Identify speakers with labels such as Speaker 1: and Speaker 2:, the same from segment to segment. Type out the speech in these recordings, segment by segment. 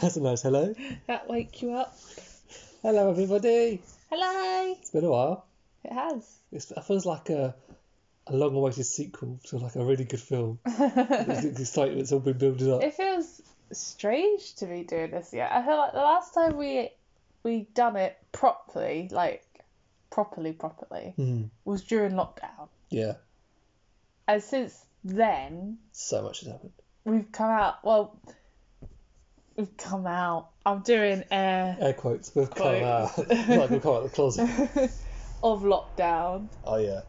Speaker 1: That's a nice hello.
Speaker 2: That wake you up.
Speaker 1: Hello, everybody.
Speaker 2: Hello.
Speaker 1: It's been a while.
Speaker 2: It has.
Speaker 1: It's, it feels like a, a long awaited sequel to like a really good film. It's the excitement's all been building up.
Speaker 2: It feels strange to be doing this yet. I feel like the last time we we done it properly, like properly properly,
Speaker 1: Mm,
Speaker 2: was during lockdown.
Speaker 1: yeah,
Speaker 2: And since then,
Speaker 1: so much has happened.
Speaker 2: we've come out. Well, we've come out. I'm doing air
Speaker 1: Air quotes. We've come out.
Speaker 2: Quotes.
Speaker 1: like we've come out of the closet.
Speaker 2: of lockdown.
Speaker 1: Oh, yeah.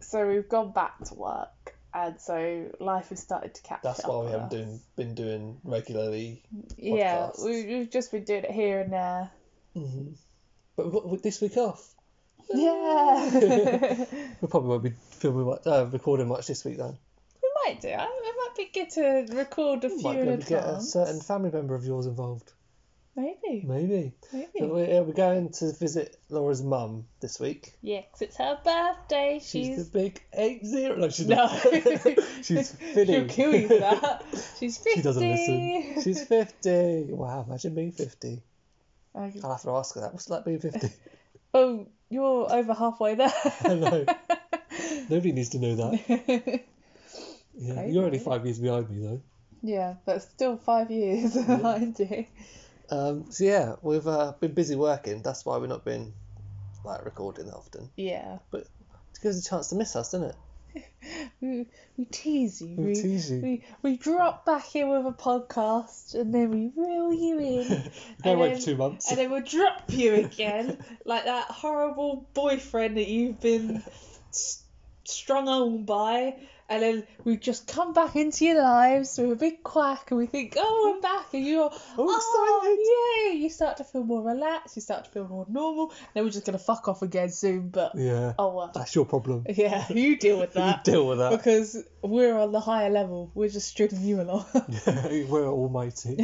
Speaker 2: So we've gone back to work, and so life has started to catch
Speaker 1: That's
Speaker 2: up.
Speaker 1: why we
Speaker 2: with
Speaker 1: haven't
Speaker 2: us.
Speaker 1: doing, been doing regularly.
Speaker 2: Yeah,
Speaker 1: podcasts.
Speaker 2: we, we've just been doing it here and there.
Speaker 1: Mhm. But we've got this week off.
Speaker 2: Yeah.
Speaker 1: We probably won't be filming much, uh, recording much this week then.
Speaker 2: we might do. I, it might be good to record a
Speaker 1: We
Speaker 2: few
Speaker 1: might be
Speaker 2: in
Speaker 1: able to get a
Speaker 2: advance.
Speaker 1: certain family member of yours involved.
Speaker 2: Maybe.
Speaker 1: Maybe.
Speaker 2: Maybe.
Speaker 1: So We're, we're going to visit Laura's mum this week.
Speaker 2: Yeah, 'cause it's her birthday.
Speaker 1: She's,
Speaker 2: She's.
Speaker 1: the big eight zero. No, she's
Speaker 2: No.
Speaker 1: not. she's fifty.
Speaker 2: She'll kill you for that. She's 50.
Speaker 1: She doesn't listen. She's fifty. Wow, imagine being fifty.
Speaker 2: Okay.
Speaker 1: I'll have to ask her that. What's it like being fifty?
Speaker 2: Oh, you're over halfway there.
Speaker 1: I know. Nobody needs to know that. Yeah,
Speaker 2: Crazy.
Speaker 1: you're only five years behind me though.
Speaker 2: yeah, but still five years behind you.
Speaker 1: Um, so yeah, we've uh, been busy working. That's why we're not been like recording that often.
Speaker 2: Yeah.
Speaker 1: It gives us a chance to miss us, doesn't it?
Speaker 2: We, we tease you.
Speaker 1: We tease you.
Speaker 2: We, we drop back in with a podcast and then we reel you in.
Speaker 1: Don't
Speaker 2: and
Speaker 1: wait for
Speaker 2: then-
Speaker 1: two months.
Speaker 2: and then we'll drop you again, like that horrible boyfriend that you've been s- strung on by. And then we just come back into your lives with a big quack, and we think, "Oh, we're back!" And you're, "Oh, yay!" You start to feel more relaxed. You start to feel more normal. And then we're just gonna fuck off again soon. But
Speaker 1: Yeah,
Speaker 2: oh well,
Speaker 1: that's your problem.
Speaker 2: yeah, you deal with
Speaker 1: You
Speaker 2: that
Speaker 1: deal with that.
Speaker 2: because we're on the higher level. We're just stringing you along.
Speaker 1: we're almighty.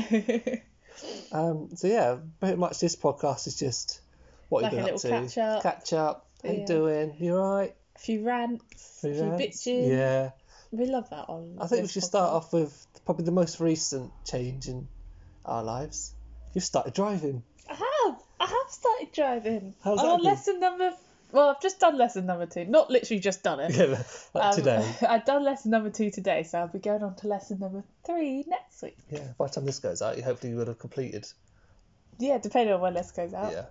Speaker 1: Um, so yeah, pretty much this podcast is just what
Speaker 2: Like a
Speaker 1: you've been up to.
Speaker 2: little catch-up.
Speaker 1: Catch up. How you
Speaker 2: Yeah.
Speaker 1: doing? You alright?
Speaker 2: a few rants, a few
Speaker 1: Relax?
Speaker 2: bitching.
Speaker 1: Yeah.
Speaker 2: We love that on.
Speaker 1: I think we
Speaker 2: this
Speaker 1: should start
Speaker 2: podcast.
Speaker 1: off with probably the most recent change in our lives. You've started driving.
Speaker 2: I have. I have started driving.
Speaker 1: How's
Speaker 2: I'm
Speaker 1: that
Speaker 2: on
Speaker 1: been?
Speaker 2: lesson number. Well, I've just done lesson number two. Not literally just done it.
Speaker 1: Yeah, like
Speaker 2: Um,
Speaker 1: today.
Speaker 2: I've done lesson number two today, so I'll be going on to lesson number three next week.
Speaker 1: Yeah, by the time this goes out, you hopefully you will have completed.
Speaker 2: Yeah, depending on when this goes out.
Speaker 1: Yeah.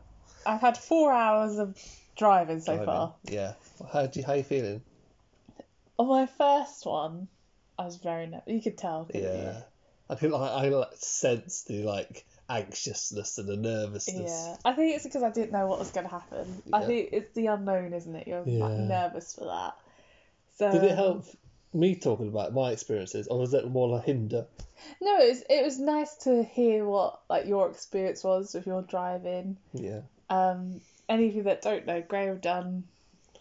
Speaker 2: I've had four hours of driving Oh, so
Speaker 1: driving.
Speaker 2: far.
Speaker 1: Yeah. How do you, how you feeling?
Speaker 2: On my first one, I was very nervous. You could tell. couldn't you?
Speaker 1: Yeah. I feel like I like sense the like anxiousness and the nervousness.
Speaker 2: Yeah, I think it's because I didn't know what was going to happen. I
Speaker 1: Yeah.
Speaker 2: think it's the unknown, isn't it? You're like,
Speaker 1: Yeah.
Speaker 2: nervous for that. So
Speaker 1: Did it help me talking about my experiences, or was that more a hinder?
Speaker 2: No, it was it was nice to hear what like your experience was with your driving.
Speaker 1: Yeah.
Speaker 2: Um, any of you that don't know, Graham done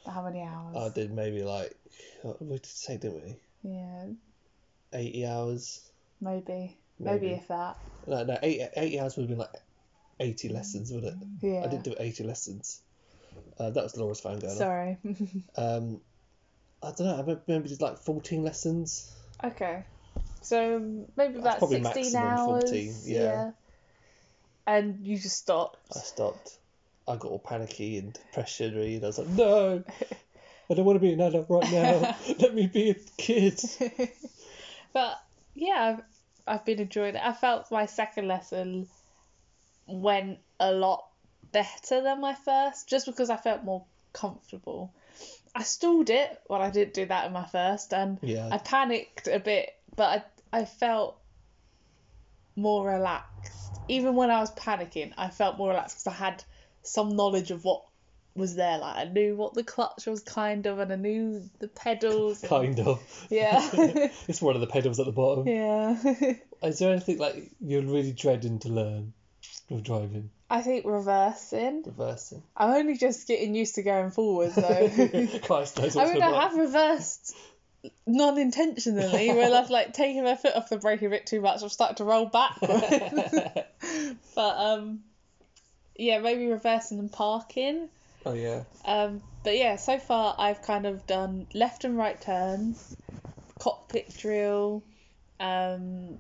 Speaker 2: how many hours?
Speaker 1: I did maybe like what we did say, didn't we?
Speaker 2: yeah,
Speaker 1: Eighty hours.
Speaker 2: maybe, maybe,
Speaker 1: Maybe.
Speaker 2: if that.
Speaker 1: No, no, eight, eighty hours would have been like eighty lessons, wouldn't it?
Speaker 2: Yeah.
Speaker 1: I didn't do eighty lessons. Uh, that was Laura's phone going. off.
Speaker 2: Sorry.
Speaker 1: Um, I don't know. I remember- maybe did like fourteen lessons.
Speaker 2: okay, so maybe
Speaker 1: That's
Speaker 2: about
Speaker 1: probably
Speaker 2: sixteen
Speaker 1: maximum
Speaker 2: hours.
Speaker 1: 14, yeah.
Speaker 2: And you just stopped.
Speaker 1: I stopped. I got all panicky and depressionary, and I was like, no. I don't want to be an adult right now. Let me be a kid.
Speaker 2: but yeah, I've, I've been enjoying it. I felt my second lesson went a lot better than my first, just because I felt more comfortable. I stalled it when I didn't do that in my first, and
Speaker 1: Yeah.
Speaker 2: I panicked a bit, but I, I felt more relaxed. Even when I was panicking, I felt more relaxed because I had some knowledge of what was there. Like I knew what the clutch was kind of, and I knew the pedals. and-
Speaker 1: Kind of.
Speaker 2: yeah.
Speaker 1: It's one of the pedals at the bottom.
Speaker 2: yeah.
Speaker 1: Is there anything like you're really dreading to learn with driving?
Speaker 2: I think reversing.
Speaker 1: Reversing.
Speaker 2: I'm only just getting used to going forwards though.
Speaker 1: Christ knows what's
Speaker 2: I mean,
Speaker 1: gonna
Speaker 2: I have reversed non intentionally when I've like taken my foot off the brake a bit too much. I've started to roll backwards.
Speaker 1: happen.
Speaker 2: but um, yeah, maybe reversing and parking.
Speaker 1: oh yeah.
Speaker 2: Um, but yeah, so far I've kind of done left and right turns, cockpit drill, Um,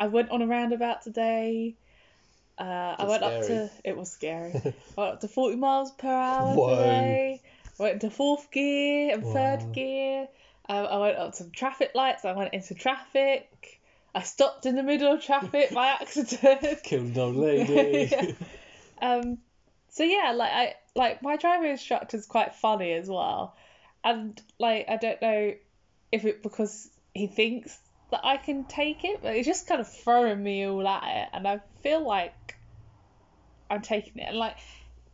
Speaker 2: I went on a roundabout today. Uh, I
Speaker 1: That's
Speaker 2: went up
Speaker 1: scary.
Speaker 2: to it was scary. I went up to forty miles per hour
Speaker 1: Whoa.
Speaker 2: today. I went into fourth gear and
Speaker 1: Wow.
Speaker 2: third gear. Um, I went up to traffic lights. I went into traffic. I stopped in the middle of traffic by accident.
Speaker 1: Killed an old lady.
Speaker 2: Yeah. Um, so yeah, like I like my driving instructor's quite funny as well, and like I don't know if it because he thinks that I can take it, but he's just kind of throwing me all at it, and I feel like I'm taking it, and like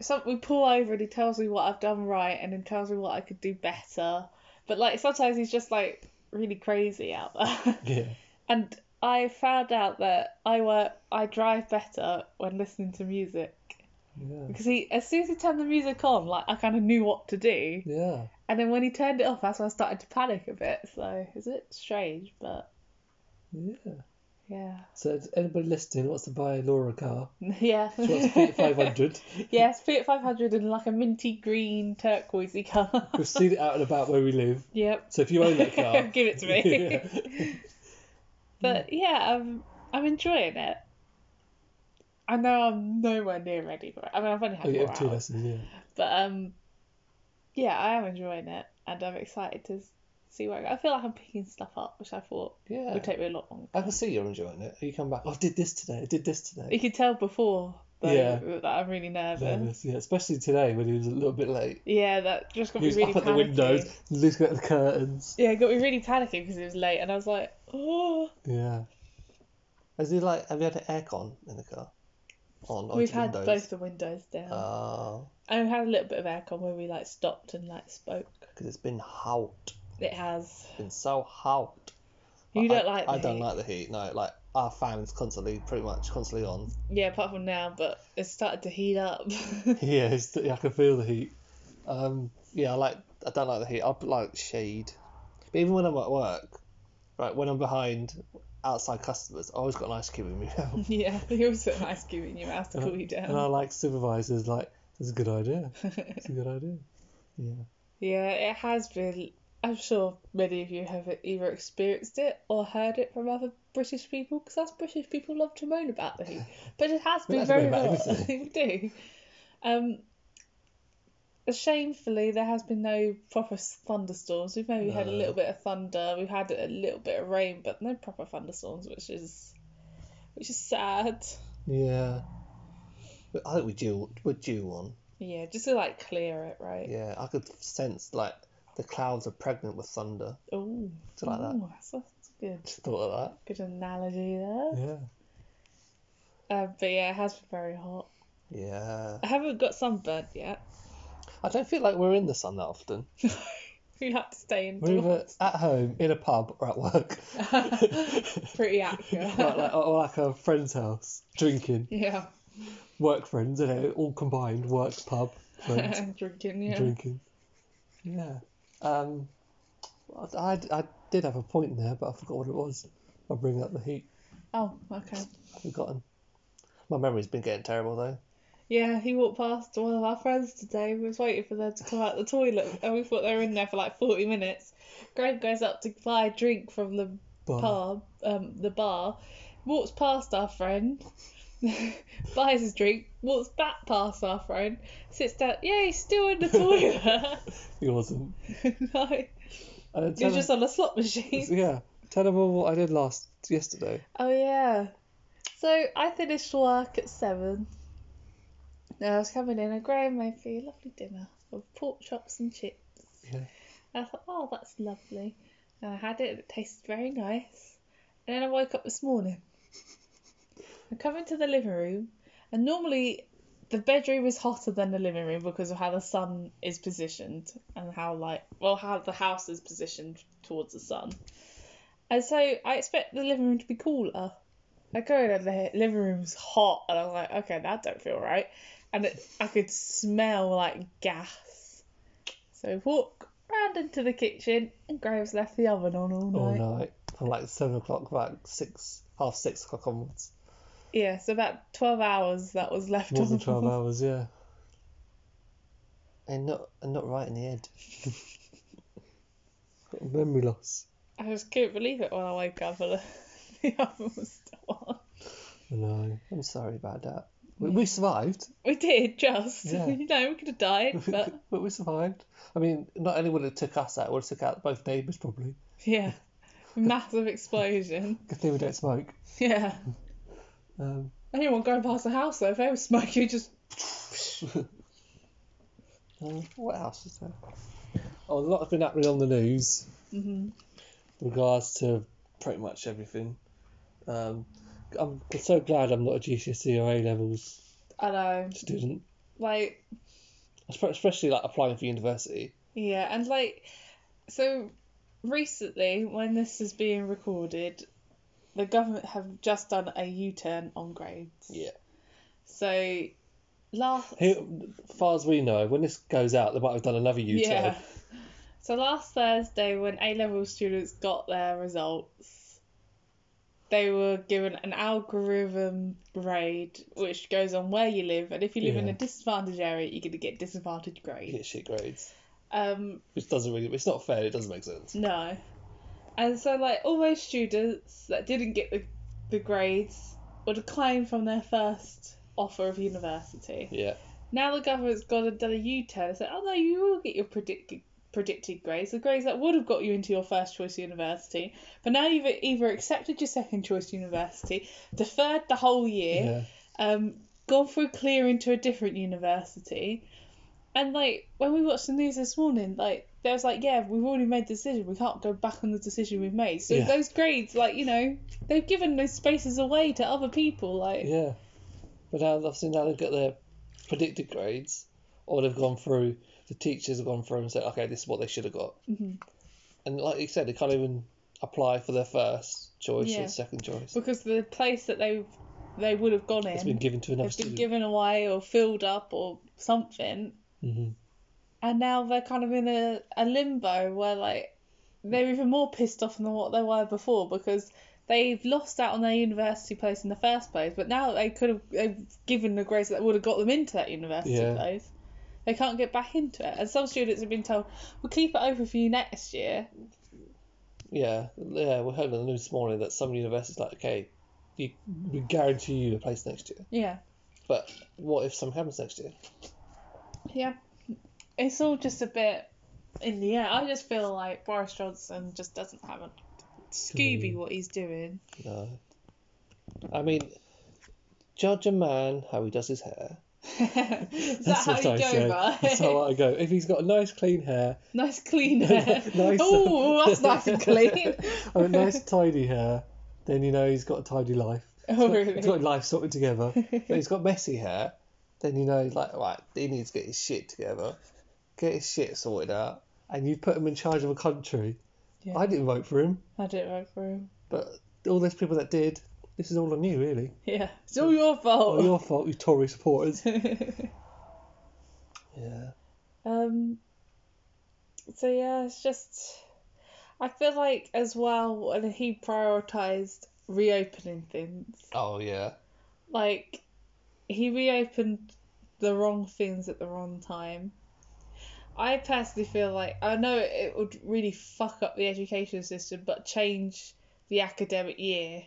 Speaker 2: some we pull over and he tells me what I've done right, and then tells me what I could do better, but like sometimes he's just like really crazy out there.
Speaker 1: yeah.
Speaker 2: And I found out that I work, I drive better when listening to music
Speaker 1: Yeah.
Speaker 2: because he, as soon as he turned the music on, like I kind of knew what to do,
Speaker 1: Yeah.
Speaker 2: and then when he turned it off, that's when I started to panic a bit. So it's a bit strange, but
Speaker 1: Yeah.
Speaker 2: yeah,
Speaker 1: So, is anybody listening wants to buy a Laura car?
Speaker 2: yeah.
Speaker 1: She wants a Fiat 500.
Speaker 2: yeah, it's Fiat 500 in like a minty green turquoisey colour.
Speaker 1: We've seen it out and about where we live.
Speaker 2: yep.
Speaker 1: So, if you own that car,
Speaker 2: Give it to me. But yeah, um, I'm enjoying it. I know I'm nowhere near ready for it. I mean, I've only had
Speaker 1: Oh, yeah,
Speaker 2: four
Speaker 1: two
Speaker 2: hours.
Speaker 1: lessons, yeah.
Speaker 2: But um, yeah, I am enjoying it, and I'm excited to s- see where I go. I feel like I'm picking stuff up, which I thought
Speaker 1: Yeah.
Speaker 2: would take me a lot longer.
Speaker 1: I can see you're enjoying it. You come back, oh, I did this today, I did this
Speaker 2: You
Speaker 1: today.
Speaker 2: could tell before though,
Speaker 1: Yeah.
Speaker 2: that I'm really nervous.
Speaker 1: Nervous, yeah, especially today when he was a little bit late.
Speaker 2: Yeah, that just got
Speaker 1: He
Speaker 2: me
Speaker 1: was
Speaker 2: really
Speaker 1: up at the
Speaker 2: panicky.
Speaker 1: windows, looking at the curtains.
Speaker 2: Yeah, it got me really panicking because it was late, and I was like, oh.
Speaker 1: Yeah. Has he like, have you had an aircon in the car? On, or
Speaker 2: We've
Speaker 1: the
Speaker 2: had
Speaker 1: windows?
Speaker 2: both the windows down.
Speaker 1: Oh,
Speaker 2: and we had a little bit of aircon where we like stopped and like spoke.
Speaker 1: because it's been hot.
Speaker 2: It has.
Speaker 1: It's been so hot.
Speaker 2: You
Speaker 1: I-
Speaker 2: don't like the
Speaker 1: I don't
Speaker 2: heat.
Speaker 1: like the heat, no. Like, our fan's constantly, pretty much constantly on.
Speaker 2: Yeah, apart from now, but it started to heat up.
Speaker 1: Yeah, it's, I can feel the heat. Um, yeah, I like. I don't like the heat. I like shade. But even when I'm at work, right, when I'm behind outside customers, I always got an ice cube in my mouth.
Speaker 2: yeah, you also have an ice cube in your mouth to cool you down.
Speaker 1: and I like supervisors. Like, that's a good idea. It's a good idea. Yeah.
Speaker 2: Yeah, it has been. I'm sure many of you have either experienced it or heard it from other British people, because us British people love to moan about the heat. But it has
Speaker 1: We
Speaker 2: been
Speaker 1: like to moan
Speaker 2: very
Speaker 1: about
Speaker 2: hot.
Speaker 1: everything.
Speaker 2: we do. Um, shamefully, there has been no proper s- thunderstorms. We've maybe had a
Speaker 1: No.
Speaker 2: little bit of thunder. We've had a little bit of rain, but no proper thunderstorms, which is which is sad.
Speaker 1: Yeah. But I think we due we're due one.
Speaker 2: Yeah, just to like clear it, right?
Speaker 1: Yeah, I could sense like the clouds are pregnant with thunder.
Speaker 2: Oh,
Speaker 1: Do you like that?
Speaker 2: that's, that's good.
Speaker 1: Just thought of
Speaker 2: Good analogy there.
Speaker 1: that. Yeah.
Speaker 2: Um, but yeah, it has been very hot.
Speaker 1: Yeah.
Speaker 2: I haven't got sunburnt yet.
Speaker 1: I don't feel like we're in the sun that often.
Speaker 2: We have to stay
Speaker 1: We're either
Speaker 2: indoors.
Speaker 1: at home, in a pub, or at work.
Speaker 2: Pretty accurate.
Speaker 1: like, like, or like a friend's house, drinking,
Speaker 2: yeah,
Speaker 1: work friends, and it all combined, work pub, friends,
Speaker 2: drinking. Yeah,
Speaker 1: drinking. Yeah. Um, I, I, I did have a point there, but I forgot what it was. I'll bring up the heat.
Speaker 2: Oh, okay.
Speaker 1: I've forgotten. My memory's been getting terrible though.
Speaker 2: Yeah, he walked past one of our friends today. We was waiting for them to come out the toilet, and we thought they were in there for like forty minutes. Greg goes up to buy a drink from the
Speaker 1: But
Speaker 2: pub, um, the bar, walks past our friend, buys his drink, walks back past our friend, sits down. Yeah, he's still in the toilet.
Speaker 1: he wasn't.
Speaker 2: no,
Speaker 1: Uh,
Speaker 2: he
Speaker 1: tell
Speaker 2: was just on a slot machine.
Speaker 1: him, yeah. Tell him all what I did last yesterday.
Speaker 2: Oh yeah. So I finished work at seven. Now I was coming in, and Graham made me a lovely dinner of pork chops and chips.
Speaker 1: Yeah.
Speaker 2: And I thought, oh, that's lovely. And I had it, and it tasted very nice. And then I woke up this morning. I come into the living room, and normally the bedroom is hotter than the living room because of how the sun is positioned and how, like, well, how the house is positioned towards the sun. And so I expect the living room to be cooler. I go in and the living room's hot, and I'm like, okay, that don't feel right. And it, I could smell like gas. So I walk round into the kitchen, and Graham's left the oven on all
Speaker 1: All
Speaker 2: night.
Speaker 1: night. From like seven o'clock, about six, half six o'clock onwards.
Speaker 2: Yeah, so about 12 hours that was left
Speaker 1: More
Speaker 2: on.
Speaker 1: than twelve hours, yeah. And not and not right in the head. Got memory loss.
Speaker 2: I just couldn't believe it when I woke up and the oven was still on.
Speaker 1: No, I'm sorry about that. We, we survived,
Speaker 2: We did just.
Speaker 1: Yeah.
Speaker 2: You know, we could have died, but
Speaker 1: but we survived. I mean, not only would it have took us out, it would have took out both neighbours probably.
Speaker 2: yeah, massive explosion.
Speaker 1: Good thing we don't smoke.
Speaker 2: Yeah.
Speaker 1: Um,
Speaker 2: Anyone going past the house though, if they were smoking, just
Speaker 1: uh, what else is there? Oh, a lot has been happening on the news.
Speaker 2: Mhm.
Speaker 1: in regards to pretty much everything. Um, I'm so glad I'm not a GCSE or E A levels
Speaker 2: I know,
Speaker 1: student,
Speaker 2: like
Speaker 1: Espe- especially like applying for university.
Speaker 2: yeah, and like so recently when this is being recorded, the government have just done a U-turn on grades.
Speaker 1: Yeah.
Speaker 2: So last
Speaker 1: Here, as far as we know, when this goes out, they might have done another U-turn.
Speaker 2: Yeah. So last Thursday, when A level students got their results, they were given an algorithm grade which goes on where you live, and if you live in
Speaker 1: Yeah.
Speaker 2: a disadvantaged area, you're going to get disadvantaged
Speaker 1: You
Speaker 2: grades.
Speaker 1: Get shit grades,
Speaker 2: Um,
Speaker 1: which doesn't really. It's not fair. It doesn't make sense.
Speaker 2: no. And so, like, all those students that didn't get the, the grades were declined from their first offer of university.
Speaker 1: Yeah.
Speaker 2: Now the government's gone and done a U turn and said, oh no, you will get your predicted predicted grades, the grades that would have got you into your first choice university. But now you've either accepted your second choice university, deferred the whole year,
Speaker 1: Yeah.
Speaker 2: um, gone through clearing to a different university. And like when we watched the news this morning, like there was like, yeah, we've already made the decision. We can't go back on the decision we've made. So
Speaker 1: Yeah.
Speaker 2: those grades, like you know, they've given those spaces away to other people. Like
Speaker 1: Yeah. But now I've seen now they've got their predicted grades, or they've gone through. The teachers have gone through and said, okay, this is what they should have got.
Speaker 2: Mhm.
Speaker 1: And like you said, they can't even apply for their first choice
Speaker 2: Yeah.
Speaker 1: or second choice.
Speaker 2: because the place that they they would have gone in
Speaker 1: It's been given to another
Speaker 2: has been
Speaker 1: student.
Speaker 2: given away or filled up or something,
Speaker 1: Mhm.
Speaker 2: and now they're kind of in a, a limbo where like they're even more pissed off than what they were before because they've lost out on their university place in the first place, but now they could have they've given the grades that would have got them into that university
Speaker 1: Yeah.
Speaker 2: place. They can't get back into it, and some students have been told, "We'll keep it open for you next year."
Speaker 1: Yeah, yeah, we heard on the news this morning that some universities like, okay, you, we guarantee you a place next year.
Speaker 2: Yeah,
Speaker 1: But what if something happens next year?
Speaker 2: Yeah, it's all just a bit in the air. I just feel like Boris Johnson just doesn't have a Scooby
Speaker 1: Hmm.
Speaker 2: what he's doing.
Speaker 1: No. I mean, judge a man how he does his hair.
Speaker 2: Is that how you go by?
Speaker 1: That's how I go. If he's got nice, clean hair,
Speaker 2: nice clean hair.
Speaker 1: Nice.
Speaker 2: Oh, that's nice and clean.
Speaker 1: I mean, nice, tidy hair, then you know he's got a tidy life.
Speaker 2: oh,
Speaker 1: He's got
Speaker 2: really?
Speaker 1: his life sorted together. But he's got messy hair, then you know, like, right, he needs to get his shit together, get his shit sorted out, and you put him in charge of a country.
Speaker 2: Yeah.
Speaker 1: I didn't vote for him,
Speaker 2: I didn't vote for him.
Speaker 1: but all those people that did, this is all on you, really.
Speaker 2: Yeah, it's all your
Speaker 1: All
Speaker 2: fault.
Speaker 1: your fault, you Tory supporters. Yeah.
Speaker 2: um. So yeah, it's just. I feel like as well when he prioritised reopening things.
Speaker 1: Oh, yeah.
Speaker 2: like he reopened the wrong things at the wrong time. I personally feel like I know it would really fuck up the education system, but change the academic year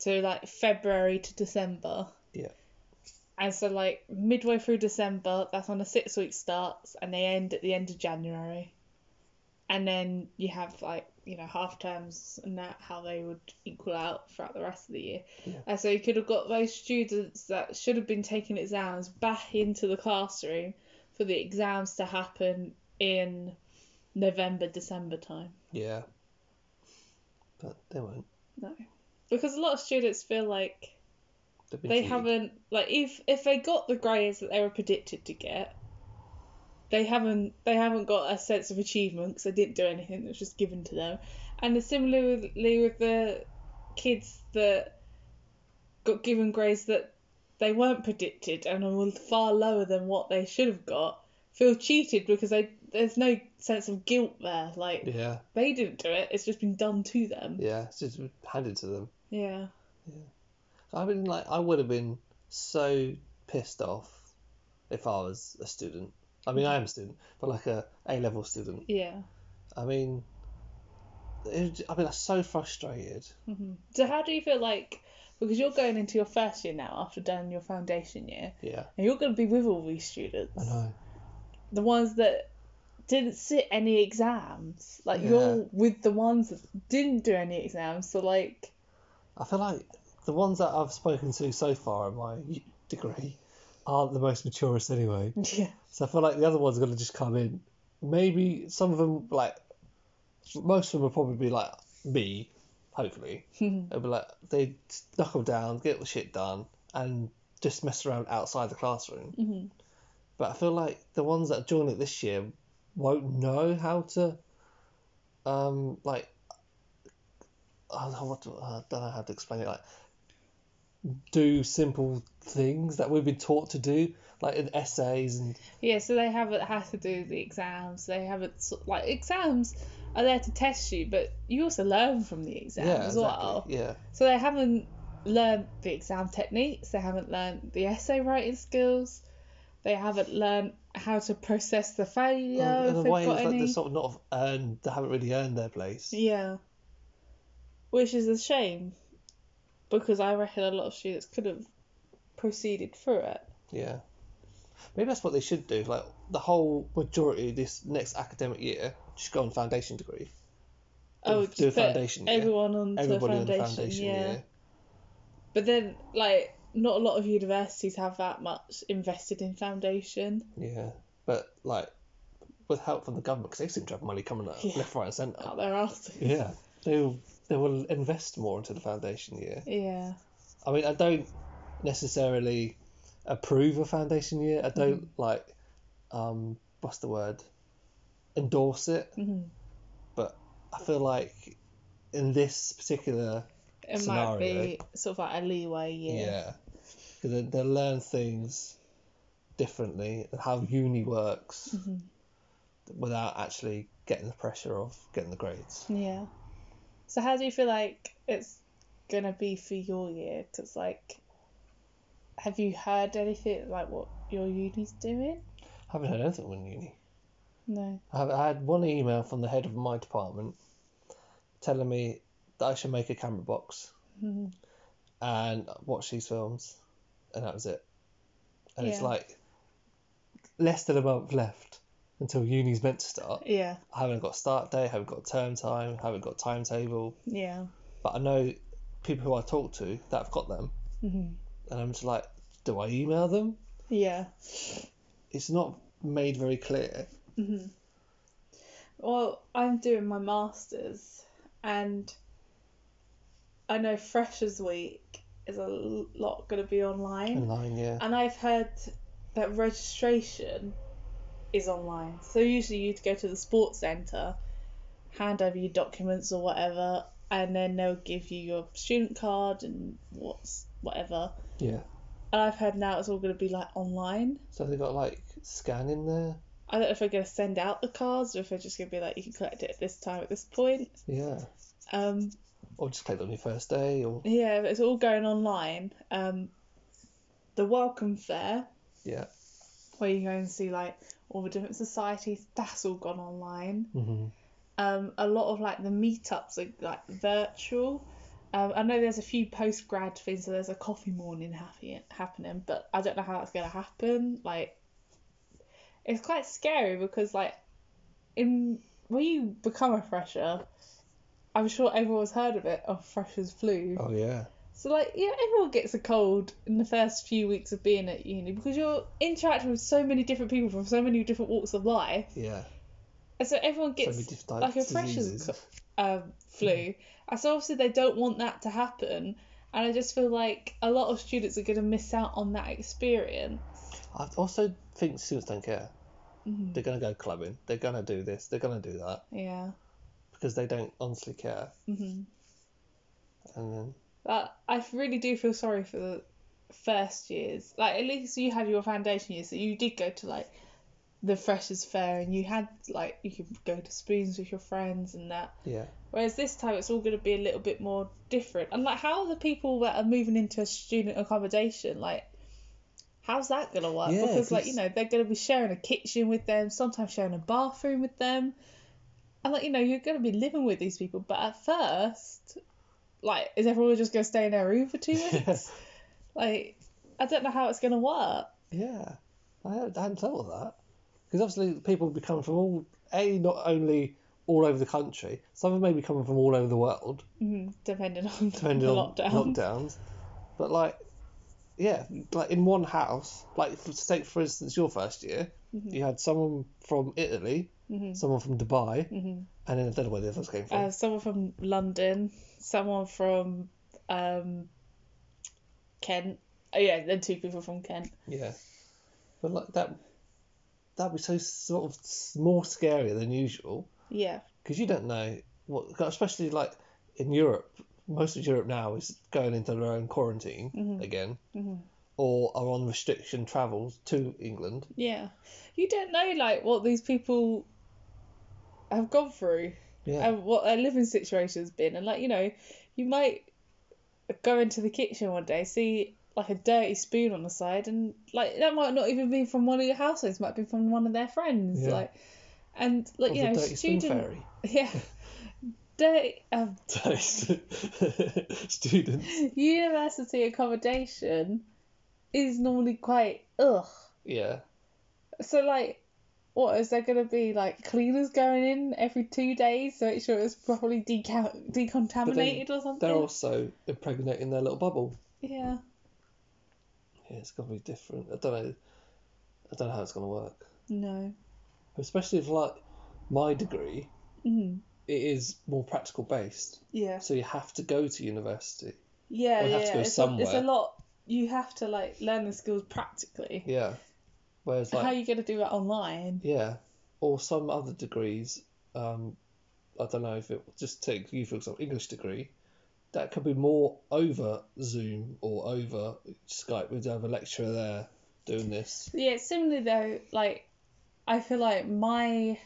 Speaker 2: to like February to December.
Speaker 1: Yeah.
Speaker 2: And so like midway through December, that's when the six week starts, and they end at the end of January. And then you have like you know half terms and that how they would equal out throughout the rest of the year. And so you could have got those students that should have been taking exams back into the classroom for the exams to happen in November, December time.
Speaker 1: Yeah. But they won't.
Speaker 2: No. Because a lot of students feel like
Speaker 1: They've been
Speaker 2: they
Speaker 1: cheated.
Speaker 2: haven't like if if they got the grades that they were predicted to get, they haven't they haven't got a sense of achievement because they didn't do anything that was just given to them, and similarly with the kids that got given grades that they weren't predicted and were far lower than what they should have got feel cheated because they there's no sense of guilt there like
Speaker 1: Yeah,
Speaker 2: they didn't do it it's just been done to them
Speaker 1: yeah. It's just handed to them.
Speaker 2: yeah
Speaker 1: I mean, like, I would have been so pissed off if I was a student. I mean, I am a student, but like a A level student.
Speaker 2: yeah
Speaker 1: I mean, it, I mean, I'm so frustrated.
Speaker 2: hmm So how do you feel like because you're going into your first year now after done your foundation year,
Speaker 1: Yeah,
Speaker 2: and you're going to be with all these students,
Speaker 1: I know.
Speaker 2: the ones that didn't sit any exams, like you're with the ones that didn't do any exams. So like,
Speaker 1: I feel like the ones that I've spoken to so far in my degree aren't the most maturest anyway.
Speaker 2: yeah,
Speaker 1: So I feel like the other ones are gonna just come in. Maybe some of them like most of them will probably be like me, hopefully. It'll be like they knuckle down, get the shit done, and just mess around outside the classroom.
Speaker 2: Mhm.
Speaker 1: But I feel like the ones that join it this year won't know how to, um, like I don't know what to, I don't know how to explain it. Like do simple things that we've been taught to do, like in essays and
Speaker 2: yeah. So they haven't had to do the exams. They haven't sort- like exams are there to test you, but you also learn from the exam as well.
Speaker 1: exactly. Yeah,
Speaker 2: So they haven't learned the exam techniques, they haven't learned the essay writing skills, they haven't learned how to process the failure if
Speaker 1: and, and Oh, the
Speaker 2: they've
Speaker 1: way
Speaker 2: got
Speaker 1: it's like
Speaker 2: any.
Speaker 1: they're sort of not earned, they haven't really earned their place.
Speaker 2: Yeah. Which is a shame because I reckon a lot of students could have proceeded through it.
Speaker 1: Yeah, maybe that's what they should do. Like the whole majority of this next academic year, just go on foundation degree. Do-
Speaker 2: Oh,
Speaker 1: do a
Speaker 2: just put
Speaker 1: foundation year.
Speaker 2: Everyone on to
Speaker 1: Everybody on
Speaker 2: foundation,
Speaker 1: the foundation
Speaker 2: yeah.
Speaker 1: year.
Speaker 2: But then, like, not a lot of universities have that much invested in foundation.
Speaker 1: Yeah, but like with help from the government, because they seem to have money coming out
Speaker 2: Yeah.
Speaker 1: left, right, and centre.
Speaker 2: Out there, asses.
Speaker 1: Yeah, they will, they will invest more into the foundation year.
Speaker 2: Yeah.
Speaker 1: I mean, I don't necessarily approve of foundation year. I don't like, um, what's the word? Endorse it.
Speaker 2: Mhm.
Speaker 1: But I feel like in this particular,
Speaker 2: It might
Speaker 1: scenario.
Speaker 2: be sort of like a leeway year.
Speaker 1: yeah, 'cause they, they learn things differently, how uni works, without actually getting the pressure of getting the grades.
Speaker 2: Yeah. So how do you feel like it's gonna be for your year? Because like, have you heard anything like what your uni's doing?
Speaker 1: I haven't heard anything from uni.
Speaker 2: No.
Speaker 1: I have- I had one email from the head of my department telling me that I should make a camera box
Speaker 2: Mhm.
Speaker 1: and watch these films, and that was it. And it's
Speaker 2: Yeah.
Speaker 1: like less than a month left until uni's meant to start.
Speaker 2: Yeah.
Speaker 1: I haven't got start date, haven't got term time, haven't got timetable,
Speaker 2: Yeah.
Speaker 1: but I know people who I talk to that have got them,
Speaker 2: hmm
Speaker 1: and I'm just like, do I email them?
Speaker 2: Yeah.
Speaker 1: It's not made very clear.
Speaker 2: hmm Well, I'm doing my masters, and I know Freshers Week is a l- lot gonna be online.
Speaker 1: Online, yeah.
Speaker 2: And I've heard that registration is online. So usually you'd go to the sports centre, hand over your documents or whatever, and then they'll give you your student card and what's whatever.
Speaker 1: Yeah.
Speaker 2: And I've heard now it's all going to be like online.
Speaker 1: So they got like scan in there.
Speaker 2: I don't know if they're going to send out the cards or if they're just going to be like, you can collect it at this time at this point.
Speaker 1: Yeah.
Speaker 2: Um,
Speaker 1: Or just click on your first day, or
Speaker 2: yeah, but it's all going online. Um, the welcome fair
Speaker 1: yeah.
Speaker 2: where you go and see like all the different societies. That's all gone online.
Speaker 1: hmm
Speaker 2: Um, a lot of like the meetups are like virtual. Um, I know there's a few post grad things, so there's a coffee morning happy, happening, but I don't know how that's gonna happen. Like, it's quite scary because like, in when you become a fresher, I'm sure everyone's heard of it of freshers flu.
Speaker 1: Oh yeah.
Speaker 2: So like yeah, everyone gets a cold in the first few weeks of being at uni because you're interacting with so many different people from so many different walks of life,
Speaker 1: Yeah.
Speaker 2: and so everyone
Speaker 1: so many
Speaker 2: gets
Speaker 1: different
Speaker 2: like a
Speaker 1: types of
Speaker 2: freshers
Speaker 1: diseases.
Speaker 2: co- um, flu. And so obviously they don't want that to happen, and I just feel like a lot of students are going to miss out on that experience.
Speaker 1: I also think students don't care.
Speaker 2: Mhm.
Speaker 1: They're gonna go clubbing. They're gonna do this. They're gonna do that
Speaker 2: Yeah.
Speaker 1: because they don't honestly care.
Speaker 2: hmm
Speaker 1: And then
Speaker 2: But I really do feel sorry for the first years. Like at least you had your foundation year, so you did go to like the freshers fair and you had like you could go to spoons with your friends and that.
Speaker 1: yeah,
Speaker 2: Whereas this time it's all going to be a little bit more different. And like how are the people that are moving into a student accommodation like how's that going to work?
Speaker 1: Yeah,
Speaker 2: because like you
Speaker 1: 'cause-
Speaker 2: know they're going to be sharing a kitchen with them, sometimes sharing a bathroom with them. And like, you know, you're gonna be living with these people, but at first, like, is everyone just gonna stay in their room for two weeks? like, I don't know how it's gonna work.
Speaker 1: Yeah, I hadn't, I hadn't thought of that because obviously people be coming from all a not only all over the country, some of them may be coming from all over the world,
Speaker 2: Mm, depending on
Speaker 1: depending
Speaker 2: the
Speaker 1: on
Speaker 2: lockdown.
Speaker 1: lockdowns. But like, yeah, like in one house, like for, take for instance your first year, you had someone from Italy, someone from Dubai, and then I don't know where the others came from.
Speaker 2: Uh, someone from London, someone from um, Kent. Oh yeah, then two people from Kent.
Speaker 1: yeah, but like that, that'd be so sort of s- more scarier than usual.
Speaker 2: Yeah,
Speaker 1: because you don't know what, especially like in Europe, most of Europe now is going into their own quarantine
Speaker 2: Mm-hmm.
Speaker 1: again, or are on restriction travels to England.
Speaker 2: yeah. You don't know like what these people have gone through.
Speaker 1: Yeah,
Speaker 2: and what their living situation's been. And like, you know, you might go into the kitchen one day, see like a dirty spoon on the side, and like that might not even be from one of your housemates, might be from one of their friends.
Speaker 1: Yeah.
Speaker 2: Like, and like
Speaker 1: Or
Speaker 2: you
Speaker 1: the
Speaker 2: know,
Speaker 1: dirty spoon
Speaker 2: student,
Speaker 1: fairy.
Speaker 2: yeah, dirty um,
Speaker 1: Students.
Speaker 2: university accommodation is normally quite ugh.
Speaker 1: Yeah,
Speaker 2: So like. What is there gonna be like cleaners going in every two days to make sure it's properly deca- decontaminated or something?
Speaker 1: they're also impregnating their little bubble.
Speaker 2: Yeah.
Speaker 1: Yeah, it's gonna be different. I don't know. I don't know how it's gonna work,
Speaker 2: No.
Speaker 1: especially if like my degree,
Speaker 2: Mm.
Speaker 1: it is more practical based,
Speaker 2: Yeah.
Speaker 1: so you have to go to university.
Speaker 2: Yeah,
Speaker 1: We
Speaker 2: yeah.
Speaker 1: have to go
Speaker 2: it's, a, it's a
Speaker 1: somewhere.
Speaker 2: lot. You have to like learn the skills practically.
Speaker 1: Yeah, whereas like
Speaker 2: How are you going to do that online?
Speaker 1: Yeah, or some other degrees. Um, I don't know if it just take you for example English degree. That could be more over Zoom or over Skype. We'd have a lecturer there doing this.
Speaker 2: Yeah, similarly though, like I feel like my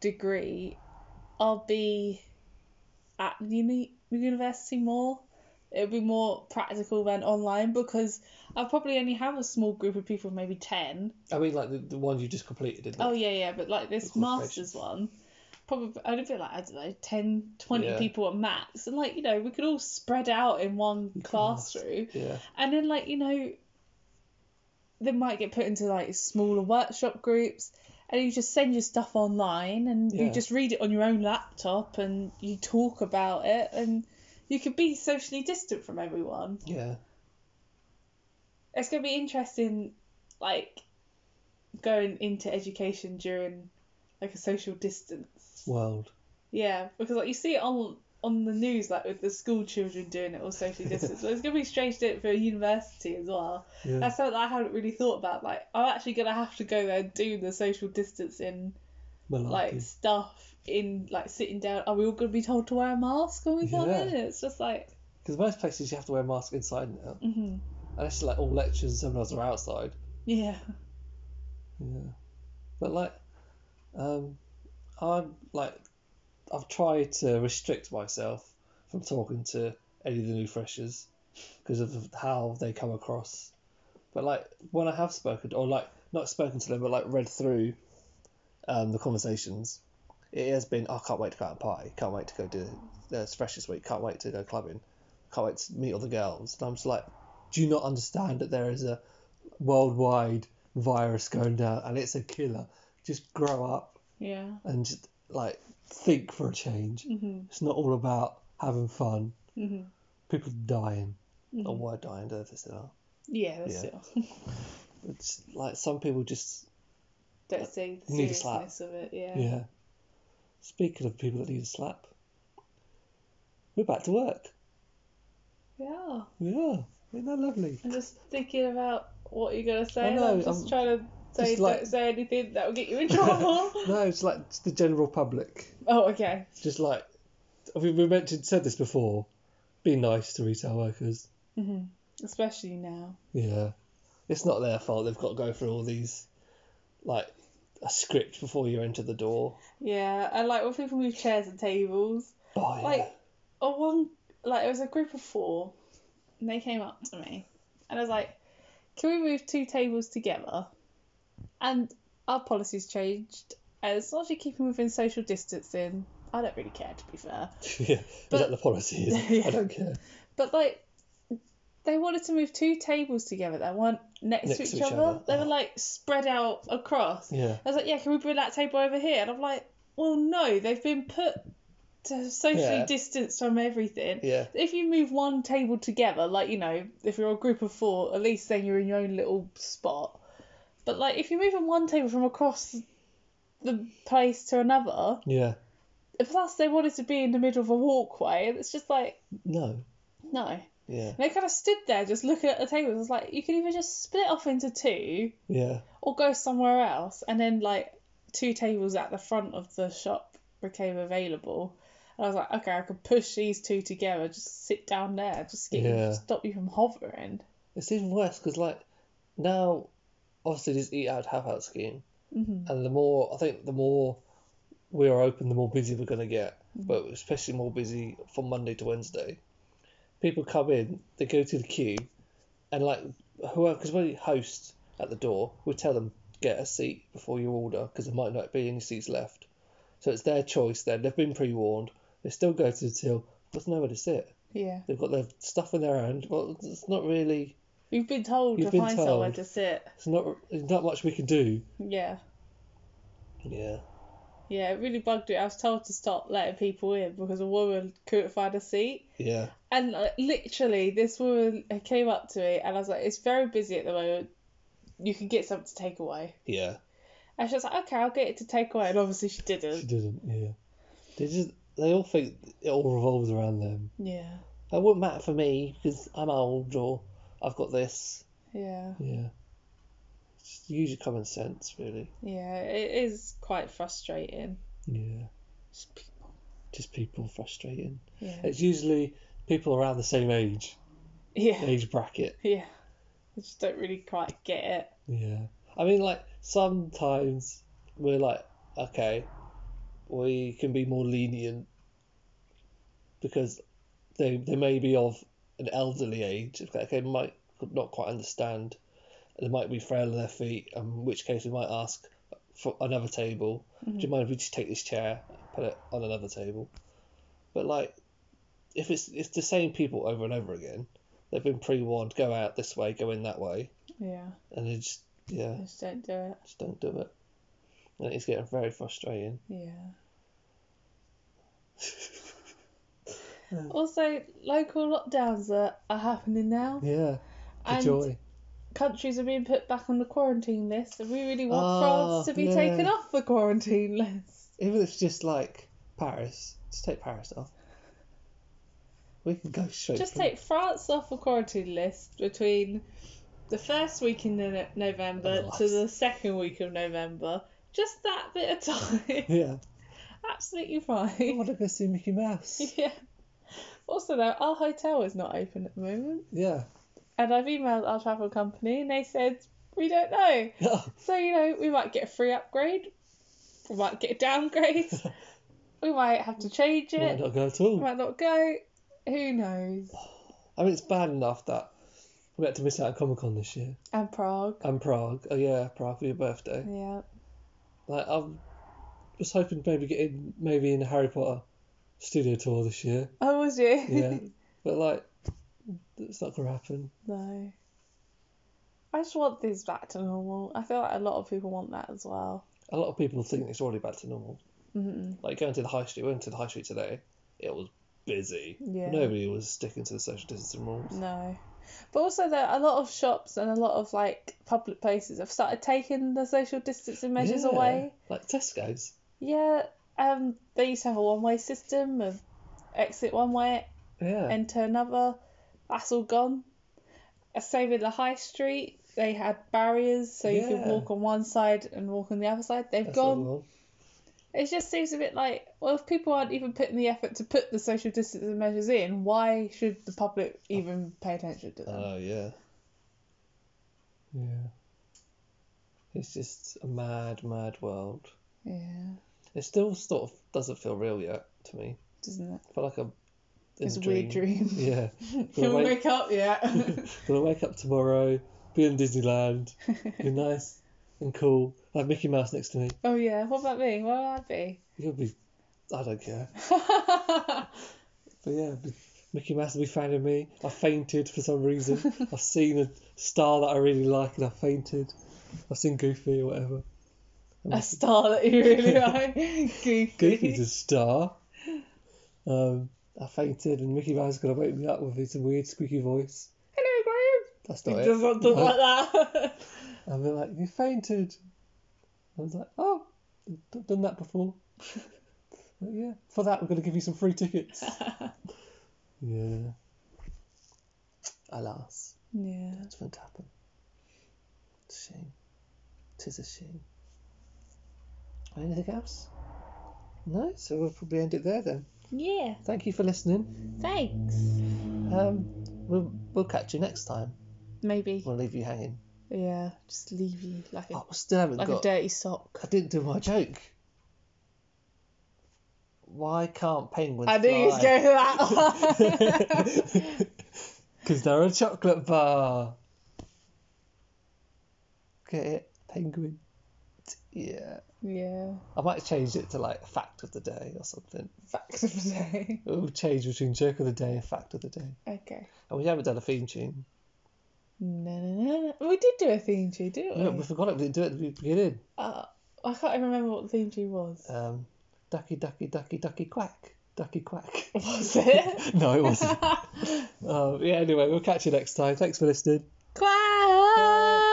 Speaker 2: degree, I'll be at uni university more. It'll be more practical than online because I probably only have a small group of people, maybe ten.
Speaker 1: I mean, like the, the one you just completed, didn't
Speaker 2: Oh
Speaker 1: it?
Speaker 2: yeah, yeah, but like this
Speaker 1: The
Speaker 2: masters
Speaker 1: qualifications.
Speaker 2: one, probably I'd be like I don't know, 10, 20
Speaker 1: Yeah.
Speaker 2: people at max, and like you know we could all spread out in one classroom,
Speaker 1: Yeah,
Speaker 2: and then like you know, they might get put into like smaller workshop groups, and you just send your stuff online, and
Speaker 1: Yeah.
Speaker 2: you just read it on your own laptop, and you talk about it, and you could be socially distant from everyone
Speaker 1: yeah,
Speaker 2: it's gonna be interesting, like going into education during like a social distance.
Speaker 1: world.
Speaker 2: Yeah, because like you see it on on the news, like with the school children doing it all socially distance. but it's gonna be strange doing it for a university as well.
Speaker 1: Yeah.
Speaker 2: That's something I hadn't really thought about. Like I'm actually gonna have to go there and do the social distancing
Speaker 1: Malarkey.
Speaker 2: like stuff in like sitting down. Are we all gonna be told to wear a mask when we come
Speaker 1: Yeah.
Speaker 2: in? It's just like
Speaker 1: Because most places you have to wear a mask inside now,
Speaker 2: hmm
Speaker 1: unless like all lectures and seminars are outside.
Speaker 2: yeah,
Speaker 1: Yeah, but like, um, I'm like, I've tried to restrict myself from talking to any of the new freshers because of how they come across. But like, when I have spoken, or like not spoken to them, but like read through, um, the conversations, it has been, oh, I can't wait to go out and party, can't wait to go do this freshers week, can't wait to go clubbing, can't wait to meet all the girls. And I'm just like, do you not understand that there is a worldwide virus going down and it's a killer. Just grow up
Speaker 2: yeah,
Speaker 1: and just like think for a change.
Speaker 2: hmm
Speaker 1: It's not all about having fun.
Speaker 2: hmm
Speaker 1: People dying. Oh, Or were dying, don't know if they still are.
Speaker 2: yeah. That's
Speaker 1: Yeah.
Speaker 2: it.
Speaker 1: It's like some people just
Speaker 2: don't see the
Speaker 1: need a slap.
Speaker 2: seriousness of it. Yeah.
Speaker 1: yeah. Speaking of people that need a slap. We're back to work.
Speaker 2: Yeah.
Speaker 1: We are. Isn't that lovely?
Speaker 2: I'm just thinking about what you're gonna say.
Speaker 1: I
Speaker 2: and
Speaker 1: know,
Speaker 2: I'm just
Speaker 1: I'm
Speaker 2: trying to say
Speaker 1: just like-
Speaker 2: don't say anything that will get you in trouble.
Speaker 1: No, it's like it's the general public.
Speaker 2: oh, okay.
Speaker 1: It's just like I mean, we mentioned said this before. Be nice to retail workers.
Speaker 2: hmm Especially now.
Speaker 1: Yeah. It's not their fault. They've got to go through all these, like, a script before you enter the door.
Speaker 2: Yeah, and like when people move chairs and tables,
Speaker 1: Oh, yeah.
Speaker 2: like a one, like it was a group of four, and they came up to me, and I was like, "Can we move two tables together?" And our policies changed, As long as you're keeping within social distancing, I don't really care, to be fair.
Speaker 1: yeah,
Speaker 2: But-
Speaker 1: is that the policy? Is?
Speaker 2: Yeah.
Speaker 1: I don't care.
Speaker 2: But like, they wanted to move two tables together that weren't next, to each, other. They were
Speaker 1: Oh.
Speaker 2: like spread out across.
Speaker 1: Yeah,
Speaker 2: I was like, yeah, can we bring that table over here? And I'm like, well, no, they've been put to socially
Speaker 1: Yeah.
Speaker 2: distance from everything.
Speaker 1: yeah,
Speaker 2: If you move one table together, like, you know, if you're a group of four, at least then you're in your own little spot. But, like, if you're moving one table from across the place to another,
Speaker 1: yeah.
Speaker 2: plus they wanted to be in the middle of a walkway, it's just like,
Speaker 1: No,
Speaker 2: no. And
Speaker 1: yeah,
Speaker 2: they kind of stood there just looking at the tables. It's like, you could either just split off into two
Speaker 1: yeah,
Speaker 2: or go somewhere else. And then like two tables at the front of the shop became available. And I was like, okay, I could push these two together, just sit down there, just get
Speaker 1: Yeah.
Speaker 2: you, stop you from hovering.
Speaker 1: it's even worse because like now, obviously this eat out have out scheme,
Speaker 2: hmm
Speaker 1: and the more I think the more we are open, the more busy we're gonna get, but especially more busy from Monday to Wednesday. People come in, they go to the queue, and like whoever, because we host at the door, we tell them get a seat before you order because there might not be any seats left. So it's their choice. Then they've been pre warned. They still go to the till, but there's nowhere to sit.
Speaker 2: Yeah.
Speaker 1: They've got their stuff in their hand. Well, it's not really.
Speaker 2: We've been told
Speaker 1: You've
Speaker 2: to
Speaker 1: been
Speaker 2: find somewhere
Speaker 1: told.
Speaker 2: to sit.
Speaker 1: It's not. There's not much we can do.
Speaker 2: Yeah.
Speaker 1: Yeah.
Speaker 2: Yeah, it really bugged me. I was told to stop letting people in because a woman couldn't find a seat.
Speaker 1: Yeah.
Speaker 2: And like, literally, this woman came up to me and I was like, it's very busy at the moment. You can get something to take away.
Speaker 1: Yeah.
Speaker 2: And she was like, okay, I'll get it to take away. And obviously, she
Speaker 1: She
Speaker 2: didn't.
Speaker 1: didn't. Yeah. They just. They all think it all revolves around them.
Speaker 2: Yeah,
Speaker 1: It wouldn't matter for me because I'm old or I've got this.
Speaker 2: yeah,
Speaker 1: Yeah. It's just use your common sense, really.
Speaker 2: yeah. It is quite frustrating.
Speaker 1: Yeah.
Speaker 2: Just people.
Speaker 1: Just people frustrating.
Speaker 2: Yeah,
Speaker 1: It's usually people around the same age,
Speaker 2: yeah,
Speaker 1: age bracket.
Speaker 2: yeah. I just don't really quite get it.
Speaker 1: Yeah. I mean, like, sometimes we're like, okay, we can be more lenient because they, they may be of an elderly age. It's like, Okay, might not quite understand. They might be frail on their feet, in which case we might ask for another table. Do you mind if we just take this chair, put it on another table? But, like, if it's, it's the same people over and over again, they've been pre warned go out this way, go in that way
Speaker 2: Yeah,
Speaker 1: and they just yeah
Speaker 2: I just don't do it.
Speaker 1: just don't do it and it's getting very frustrating
Speaker 2: Yeah. Also, local lockdowns are, are happening now,
Speaker 1: yeah
Speaker 2: and countries are being put back on the quarantine list, and we really want
Speaker 1: Oh,
Speaker 2: France to be
Speaker 1: yeah.
Speaker 2: taken off the quarantine list.
Speaker 1: even if it's just like paris just take paris off we can go straight
Speaker 2: Just
Speaker 1: from-
Speaker 2: take France off the quarantine list between the first week in no- November
Speaker 1: Oh,
Speaker 2: to the second week of November. Just that bit of time.
Speaker 1: yeah
Speaker 2: Absolutely
Speaker 1: i
Speaker 2: fine.
Speaker 1: want to go see mickey mouse
Speaker 2: yeah. Also, though, our hotel is not open at the moment.
Speaker 1: yeah
Speaker 2: And I've emailed our travel company and they said, we don't know. So, you know, we might get a free upgrade, we might get a downgrade, we might have to change it,
Speaker 1: might not go at
Speaker 2: we
Speaker 1: all
Speaker 2: might not go. Who knows?
Speaker 1: i mean it's bad enough that we had to miss out on comic-con this year
Speaker 2: And Prague.
Speaker 1: and prague oh yeah prague for your birthday
Speaker 2: Yeah.
Speaker 1: like i was hoping to maybe get in maybe in the harry potter studio tour this year
Speaker 2: Oh, was you?
Speaker 1: yeah, but like, it's not gonna happen.
Speaker 2: No. I just want things back to normal. I feel like a lot of people want that as well.
Speaker 1: A lot of people think it's already back to normal.
Speaker 2: mm
Speaker 1: Like going to the high street, we went to the high street today. It was busy.
Speaker 2: Yeah.
Speaker 1: Nobody was sticking to the social distancing rules.
Speaker 2: No. But also, there a lot of shops and a lot of like public places have started taking the social distancing measures
Speaker 1: Yeah,
Speaker 2: away.
Speaker 1: Like Tesco's.
Speaker 2: Yeah. Um. They used to have a one way system of exit one way,
Speaker 1: Yeah.
Speaker 2: enter another. That's all gone. Uh, Same in the high street. They had barriers so you could
Speaker 1: Yeah.
Speaker 2: walk on one side and walk on the other side. They've
Speaker 1: That's
Speaker 2: gone.
Speaker 1: another one.
Speaker 2: It just seems a bit like, well, if people aren't even putting the effort to put the social distancing measures in, why should the public even pay attention to them?
Speaker 1: Oh yeah. Yeah. It's just a mad, mad world.
Speaker 2: yeah,
Speaker 1: It still sort of doesn't feel real yet to me.
Speaker 2: doesn't it?
Speaker 1: I feel like I'm in
Speaker 2: It's
Speaker 1: a
Speaker 2: a weird dream.
Speaker 1: Yeah.
Speaker 2: Can we
Speaker 1: Awake-
Speaker 2: wake up yet?
Speaker 1: Gonna wake up tomorrow, be in Disneyland, be nice and cool. Like Mickey Mouse next to me.
Speaker 2: Oh yeah. What about me? What would I be?
Speaker 1: You'll be. I don't care. But yeah, be- Mickey Mouse will be finding me. I fainted for some reason. I've seen a star that I really like and I fainted. I've seen Goofy or whatever.
Speaker 2: a star that you really like. Goofy.
Speaker 1: Goofy's a star. Um, I fainted and Mickey Mouse is going to wake me up with his weird squeaky voice.
Speaker 2: Hello, Graham.
Speaker 1: That's not
Speaker 2: It
Speaker 1: it.
Speaker 2: does not look like that.
Speaker 1: And they're like, you fainted. I was like, oh, I've done that before. Like, yeah, for that, we're going to give you some free tickets. yeah. Alas,
Speaker 2: yeah.
Speaker 1: that's won't happen. It's a shame. Tis a shame. Anything else? No, so we'll probably end it there then.
Speaker 2: Yeah.
Speaker 1: Thank you for listening.
Speaker 2: Thanks.
Speaker 1: Um, we'll, we'll catch you next time.
Speaker 2: Maybe.
Speaker 1: We'll leave you hanging.
Speaker 2: Yeah. Just leave you like a
Speaker 1: Oh, I still haven't
Speaker 2: like
Speaker 1: got.
Speaker 2: a dirty sock.
Speaker 1: I didn't do my joke. Why can't penguins
Speaker 2: I knew you was going to that one.
Speaker 1: Because they're a chocolate bar. Get it? Penguin. Yeah.
Speaker 2: yeah.
Speaker 1: I might change it to like fact of the day or something.
Speaker 2: Fact of the day.
Speaker 1: It'll change between joke of the day and fact of the day.
Speaker 2: Okay.
Speaker 1: And we haven't done a theme tune.
Speaker 2: No, no, no, no. We did do a theme tune, didn't we?
Speaker 1: No, Uh, we forgot it. We didn't do it at the beginning.
Speaker 2: Uh, I can't even remember what the theme tune was.
Speaker 1: Um, ducky, ducky, ducky, ducky, quack. Ducky, quack.
Speaker 2: Was it?
Speaker 1: No, it Uh, wasn't. um, yeah, anyway, we'll catch you next time. Thanks for listening.
Speaker 2: Quack!